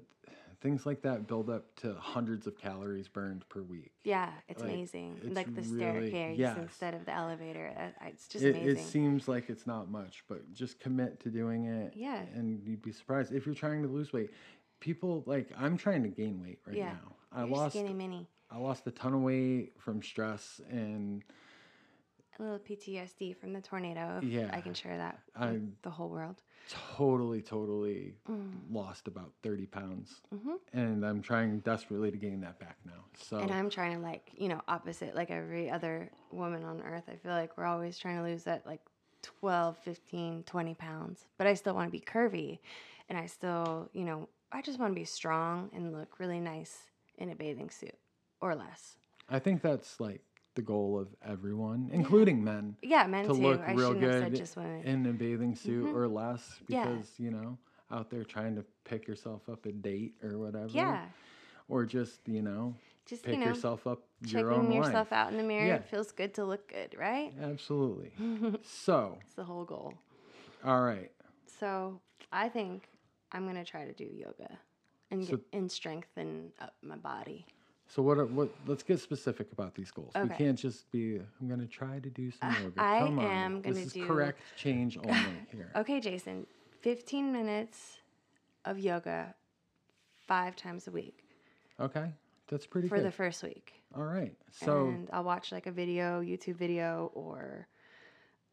A: things like that build up to hundreds of calories burned per week.
B: Yeah, it's
A: Like,
B: amazing.
A: it's
B: like the
A: really-
B: staircase
A: yes.
B: instead of the elevator. uh, I- I- It's just
A: It,
B: amazing.
A: it seems like it's not much, but just commit to doing it.
B: Yeah.
A: and you'd be surprised if you're trying to lose weight. People like I'm trying to gain weight right
B: Yeah.
A: now. I
B: You're
A: lost
B: skinny mini.
A: I lost a ton of weight from stress and
B: A little PTSD from the tornado. If I
A: Yeah.
B: can share that with
A: I'm-
B: the whole world.
A: totally, totally
B: Mm.
A: lost about 30 pounds. And I'm trying desperately to gain that back now. So,
B: Mm-hmm. And I'm trying to like, you know, opposite like every other woman on earth. I feel like we're always trying to lose that like 12, 15, 20 pounds. But I still want to be curvy and I still, you know, I just want to be strong and look really nice in a bathing suit or less.
A: I think that's like the goal of everyone, including men,
B: Yeah, men
A: to
B: too.
A: look
B: I
A: real
B: shouldn't have said
A: good
B: just women.
A: in a bathing suit or less
B: Mm-hmm. Yeah.
A: because, you know, out there trying to pick yourself up a date or whatever.
B: yeah.
A: Or just, you know,
B: Just,
A: pick
B: you know,
A: yourself up your
B: checking
A: own
B: yourself
A: life.
B: out in the mirror.
A: Yeah.
B: It feels good to look good, right?
A: Absolutely. so,
B: It's the whole goal.
A: all right.
B: So I think I'm gonna try to do yoga and
A: So-
B: get, and strengthen up my body.
A: So what? Are, what? Let's get specific about these goals. We
B: Okay. Uh,
A: can't just be. I'm gonna try to do some yoga.
B: I
A: Come on.
B: am gonna
A: this is
B: do-
A: correct change only here.
B: Okay, Jason, 15 minutes of yoga five times a week
A: Okay, that's pretty
B: for
A: good.
B: the first week,
A: All right. So
B: and I'll watch like a video, YouTube video, or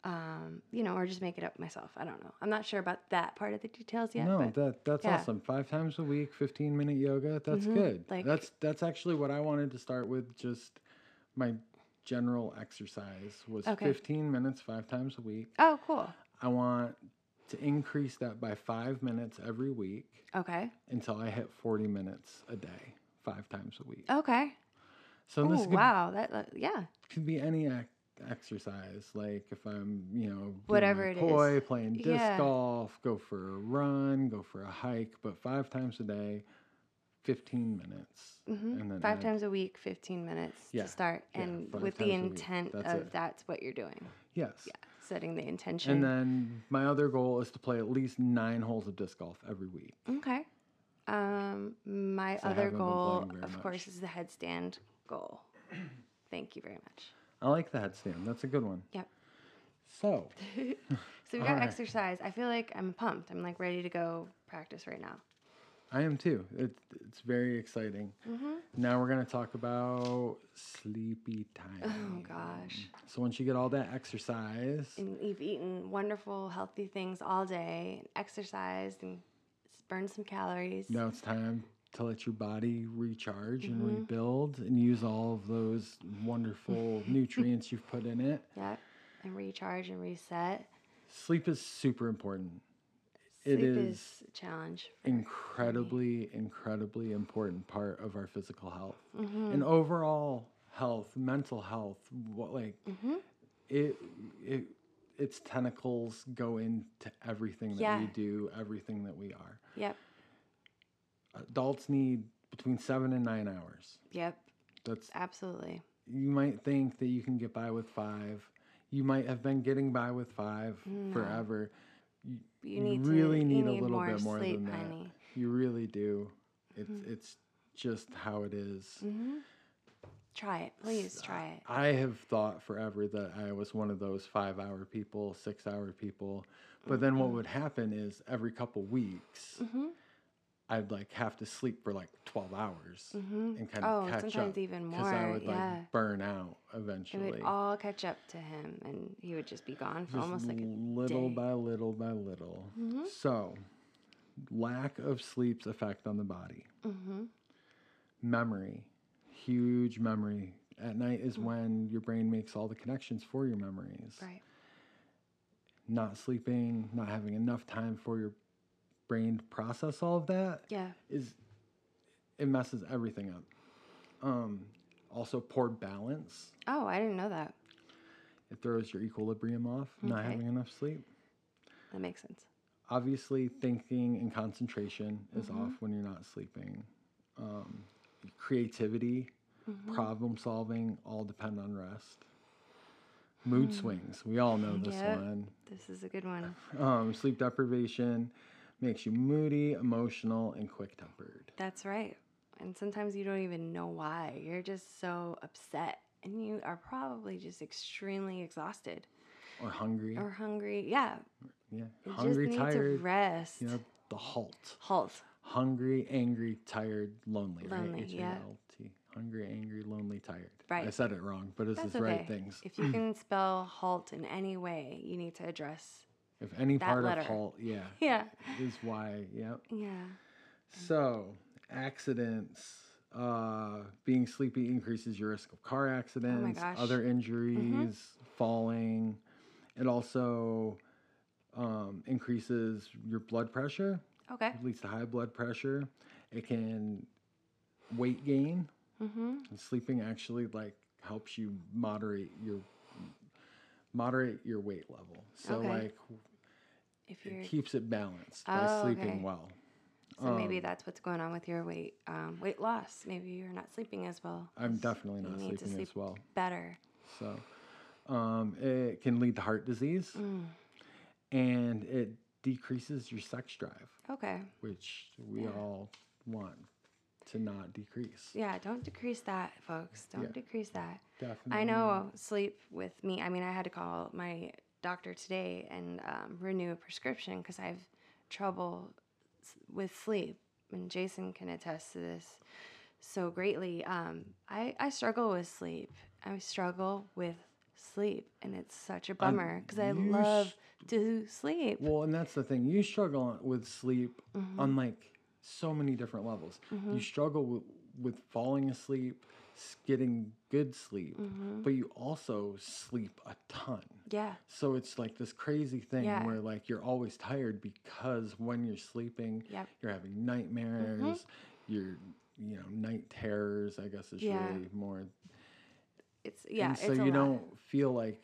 B: um, you know, or just make it up myself. I don't know. I'm not sure about that part of the details yet.
A: no,
B: but
A: that that's
B: yeah. Mm-hmm.
A: awesome. Five times a week, 15 minute yoga. That's good.
B: like-
A: that's that's actually what I wanted to start with. Just my general exercise was
B: Okay.
A: 15 minutes, five times a week.
B: oh, cool.
A: I want to increase that by five minutes every week
B: Okay.
A: until I hit 40 minutes a day, five times a week.
B: Okay.
A: So
B: Oh,
A: this could
B: wow. That, that yeah.
A: could be any ac- exercise. Like if I'm, you know, doing
B: Whatever
A: my
B: it is.
A: poi, playing disc
B: Yeah.
A: golf, go for a run, go for a hike, but five times a day, fifteen minutes,
B: Mhm.
A: and then
B: Five
A: add-
B: times a week, 15 minutes
A: Yeah,
B: to start,
A: yeah,
B: and
A: five
B: with
A: times
B: the
A: a week,
B: intent
A: that's
B: of
A: it.
B: that's what you're doing.
A: Yes.
B: Yeah, setting the intention.
A: And then my other goal is to play at least nine holes of disc golf every week.
B: okay. Um,
A: I
B: my other
A: haven't been
B: goal,
A: playing very
B: of
A: much.
B: course, is the headstand goal. Thank you very much.
A: I like the headstand. That's a good one.
B: Yep.
A: So
B: So we got
A: Alright.
B: exercise. I feel like I'm pumped. I'm like ready to go practice right now.
A: I am too. It, it's very exciting.
B: Mm-hmm.
A: Now we're gonna talk about sleepy
B: Oh
A: time.
B: gosh.
A: So once you get all that exercise,
B: And you've eaten wonderful, healthy things all day, and exercised, and s- burned some calories.
A: Now it's time to let your body recharge
B: Mm-hmm.
A: and rebuild and use all of those wonderful nutrients you've put in it.
B: Yep. And recharge and reset.
A: Sleep is super important. It
B: Sleep
A: is
B: is a challenge.
A: incredibly, incredibly important part of our physical health
B: Mm-hmm.
A: and overall health, mental health. What like
B: Mm-hmm.
A: it, it, its tentacles go into everything that we
B: Yeah.
A: do, everything that we are.
B: Yep.
A: Adults need between seven and nine hours.
B: Yep.
A: That's
B: Absolutely.
A: you might think that you can get by with five. You might have been getting by with five
B: Mm.
A: forever.
B: You need
A: really
B: to,
A: need,
B: you
A: a little bit more
B: sleep,
A: than that.
B: honey.
A: You really do. It's
B: Mm-hmm.
A: it's just how it is.
B: Try it. Please try it.
A: I have thought forever that I was one of those five hour people, six hour people. But then
B: Mm-hmm.
A: what would happen is every couple weeks, I'd like have to sleep for like 12 hours and kind of
B: Oh,
A: catch
B: sometimes
A: up.
B: even
A: I
B: more,
A: would
B: yeah.
A: like burn out
B: It
A: eventually.
B: would all catch up to him and he would just be gone for
A: Just
B: almost like a Mm-hmm,
A: little
B: day.
A: by little by little. So, lack of sleep's effect on the body.
B: mm-hmm,
A: Memory, huge memory. At night is when your brain makes all the connections for your memories.
B: Right.
A: not sleeping, not having enough time for your brain to process all of that
B: Yeah.
A: is it messes everything up. Um, also, poor balance.
B: Oh, I didn't know that.
A: It throws your equilibrium off, not
B: Okay.
A: having enough sleep.
B: That makes sense.
A: Obviously, thinking and concentration is
B: Mm-hmm.
A: off when you're not sleeping. Um, creativity,
B: Mm-hmm.
A: problem solving all depend on rest. Mood swings. We all know this
B: Mm. Yep.
A: one.
B: This is a good one.
A: Um, sleep deprivation makes you moody, emotional, and quick tempered.
B: That's right. And sometimes you don't even know why. You're just so upset and you are probably just extremely exhausted
A: Or hungry.
B: or hungry. Yeah.
A: yeah.
B: You
A: Hungry,
B: just need
A: tired.
B: to rest.
A: you know, the halt.
B: Halt.
A: Hungry, angry, tired, lonely.
B: Lonely,
A: right?
B: yeah.
A: H-A-L-T. Hungry, angry, lonely, tired. I
B: Right.
A: said it wrong, but it's
B: That's
A: the
B: okay.
A: right things.
B: If you can spell halt in any way, you need to address.
A: If any
B: that
A: part
B: letter.
A: of halt, yeah,
B: Yeah.
A: is why. Yep.
B: Yeah.
A: So, accidents, uh, being sleepy increases your risk of car accidents,
B: Oh gosh. Mm-hmm.
A: other injuries, falling. It also um, increases your blood pressure,
B: Okay.
A: leads to high blood pressure. It can weight gain.
B: Mm-hmm.
A: And sleeping actually like helps you moderate your moderate your weight level. So
B: Okay.
A: like
B: If
A: it
B: you're
A: keeps it balanced by
B: Oh,
A: sleeping
B: okay.
A: well. Um,
B: so maybe that's what's going on with your weight um, weight loss. Maybe you're not sleeping as well.
A: I'm definitely not
B: you need to
A: sleeping
B: sleep
A: as well.
B: better.
A: So um, it can lead to heart disease
B: Mm.
A: and it decreases your sex drive,
B: Okay.
A: which we all want to not decrease.
B: Yeah. Don't decrease that, folks. Don't
A: Yeah.
B: decrease that.
A: Definitely.
B: I
A: Mm.
B: know uh, sleep with me. I mean, I had to call my doctor today and um, renew a prescription because I have trouble s- with sleep, and Jason can attest to this so greatly. Um, I I struggle with sleep. I struggle with sleep, and it's such a bummer because I
A: you sh-
B: love to sleep.
A: Well, and that's the thing. You struggle with sleep
B: Mm-hmm.
A: on like so many different levels. You struggle with, with falling asleep, s- getting good sleep,
B: Mm-hmm.
A: but you also sleep a ton.
B: Yeah,
A: So it's like this crazy thing
B: Yeah.
A: where like you're always tired because when you're sleeping,
B: Yep.
A: you're
B: Mm-hmm.
A: having nightmares, you're you know night terrors. I guess is
B: Yeah.
A: really more.
B: it's yeah.
A: and so
B: it's a
A: you
B: lot.
A: don't feel like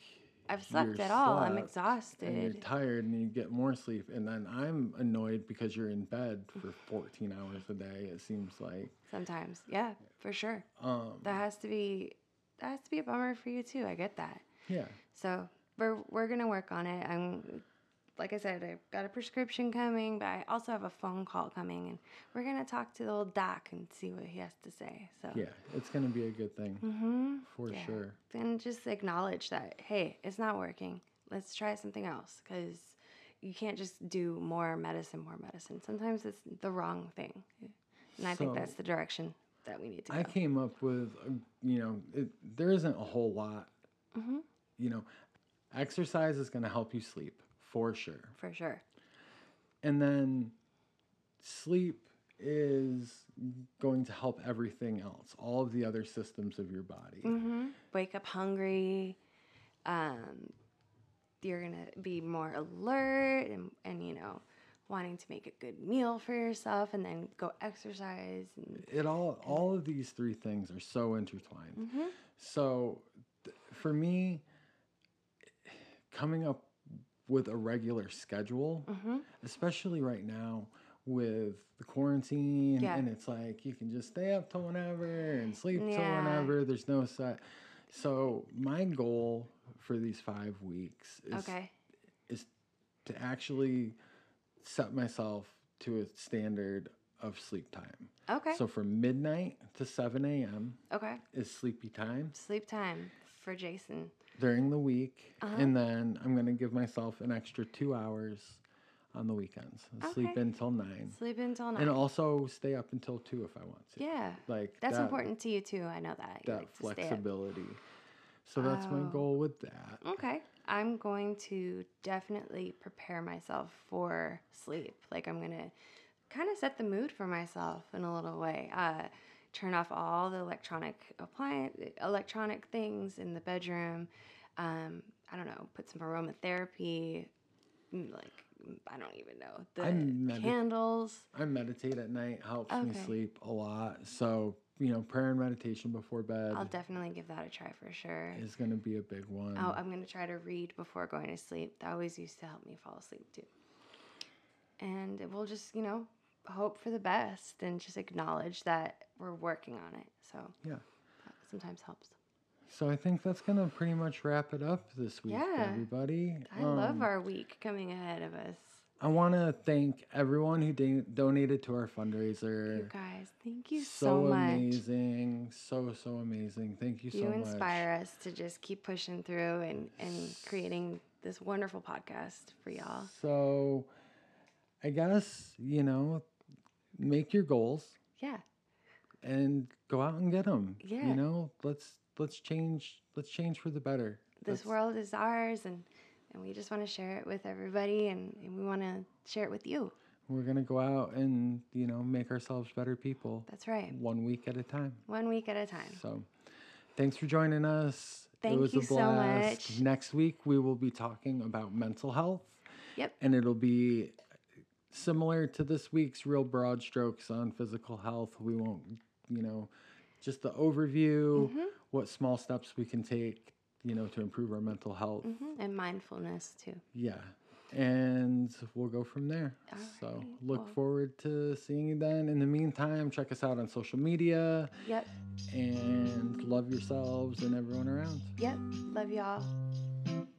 B: I've slept
A: you're
B: at all. I'm
A: slept and you're
B: exhausted.
A: tired and you get more sleep and then i'm annoyed because you're in bed for 14 hours a day it seems like
B: Sometimes, yeah, for sure.
A: um
B: That has to be that has to be a bummer for you too. I get that.
A: yeah
B: So we're we're gonna work on it. I'm like I said, I've got a prescription coming, but I also have a phone call coming, and we're gonna talk to the old doc and see what he has to say. So
A: yeah it's gonna be a good thing
B: hmm
A: for
B: Yeah.
A: sure
B: then just acknowledge that hey, it's not working. Let's try something else because you can't just do more medicine, more medicine. Sometimes it's the wrong thing, and I
A: So-
B: think that's the direction that we need to go.
A: i came up with a, you know it, there isn't a whole lot
B: Mhm.
A: you know exercise is gonna help you sleep for sure
B: for sure.
A: and then sleep is going to help everything else all of the other systems of your body
B: hmm Wake up hungry. Um, you're gonna be more alert and, and you know wanting to make a good meal for yourself and then go exercise. And,
A: it all all of these three things are so intertwined so th- for me coming up with a regular schedule
B: Mm-hmm.
A: especially right now with the quarantine
B: Yeah.
A: and it's like you can just stay up till whenever and sleep till
B: Yeah.
A: whenever there's no set so my goal for these five weeks is
B: okay.
A: is to actually set myself to a standard of sleep time
B: Okay.
A: so from midnight to 7 a.m.
B: okay.
A: is sleepy time
B: Sleep time for Jason.
A: during the week.
B: Uh-huh.
A: And then I'm going to give myself an extra two hours on the weekends. Sleep
B: Okay.
A: until 9.
B: Sleep until nine.
A: And also stay up until 2 if I want to.
B: yeah.
A: Like
B: That's
A: that,
B: important to you too. I know that. You
A: That
B: like to stay up. Oh.
A: flexibility. So that's my goal with that.
B: Okay. I'm going to definitely prepare myself for sleep. Like, I'm going to kind of set the mood for myself in a little way. Uh, turn off all the electronic appliance, electronic things in the bedroom. Um, I don't know, put some aromatherapy like mm, I don't even know the
A: I medi-
B: candles.
A: I meditate at night, helps me
B: Okay.
A: sleep a lot. So, you know, prayer and meditation before bed
B: I'll definitely give that a try for sure.
A: is going to be a big one.
B: Oh, I'm gonna try to read before going to sleep. That always used to help me fall asleep too. And we'll just, you know, hope for the best and just acknowledge that we're working on it. So
A: Yeah.
B: that sometimes helps.
A: So I think that's going to pretty much wrap it up this week,
B: Yeah.
A: everybody.
B: I love
A: Um,
B: our week coming ahead of us.
A: I want to thank everyone who da- donated to our fundraiser.
B: You guys, thank you so, much.
A: amazing, so so amazing. Thank you so
B: You
A: much.
B: inspire us to just keep pushing through and, and creating this wonderful podcast for y'all.
A: So, I guess you know, make your goals
B: Yeah.
A: and go out and get them.
B: Yeah.
A: You know, let's let's change let's change for the better.
B: this
A: That's-
B: world is ours and and we just want to share it with everybody and, and we want to share it with you
A: We're gonna go out and you know make ourselves better people,
B: that's right
A: one week at a time.
B: one week at a time
A: So, thanks for joining us. it
B: Thank
A: was
B: you
A: a
B: so
A: blast.
B: much.
A: Next week we will be talking about mental health.
B: Yep.
A: And it'll be similar to this week's real broad strokes on physical health. We won't, you know, just the overview,
B: Mm-hmm.
A: what small steps we can take, you know, to improve our mental health.
B: Mhm, and mindfulness too
A: Yeah. And we'll go from there. So
B: Alrighty,
A: look
B: well-
A: forward to seeing you then. In the meantime, check us out on social media
B: yep
A: and love yourselves and everyone around.
B: yep love y'all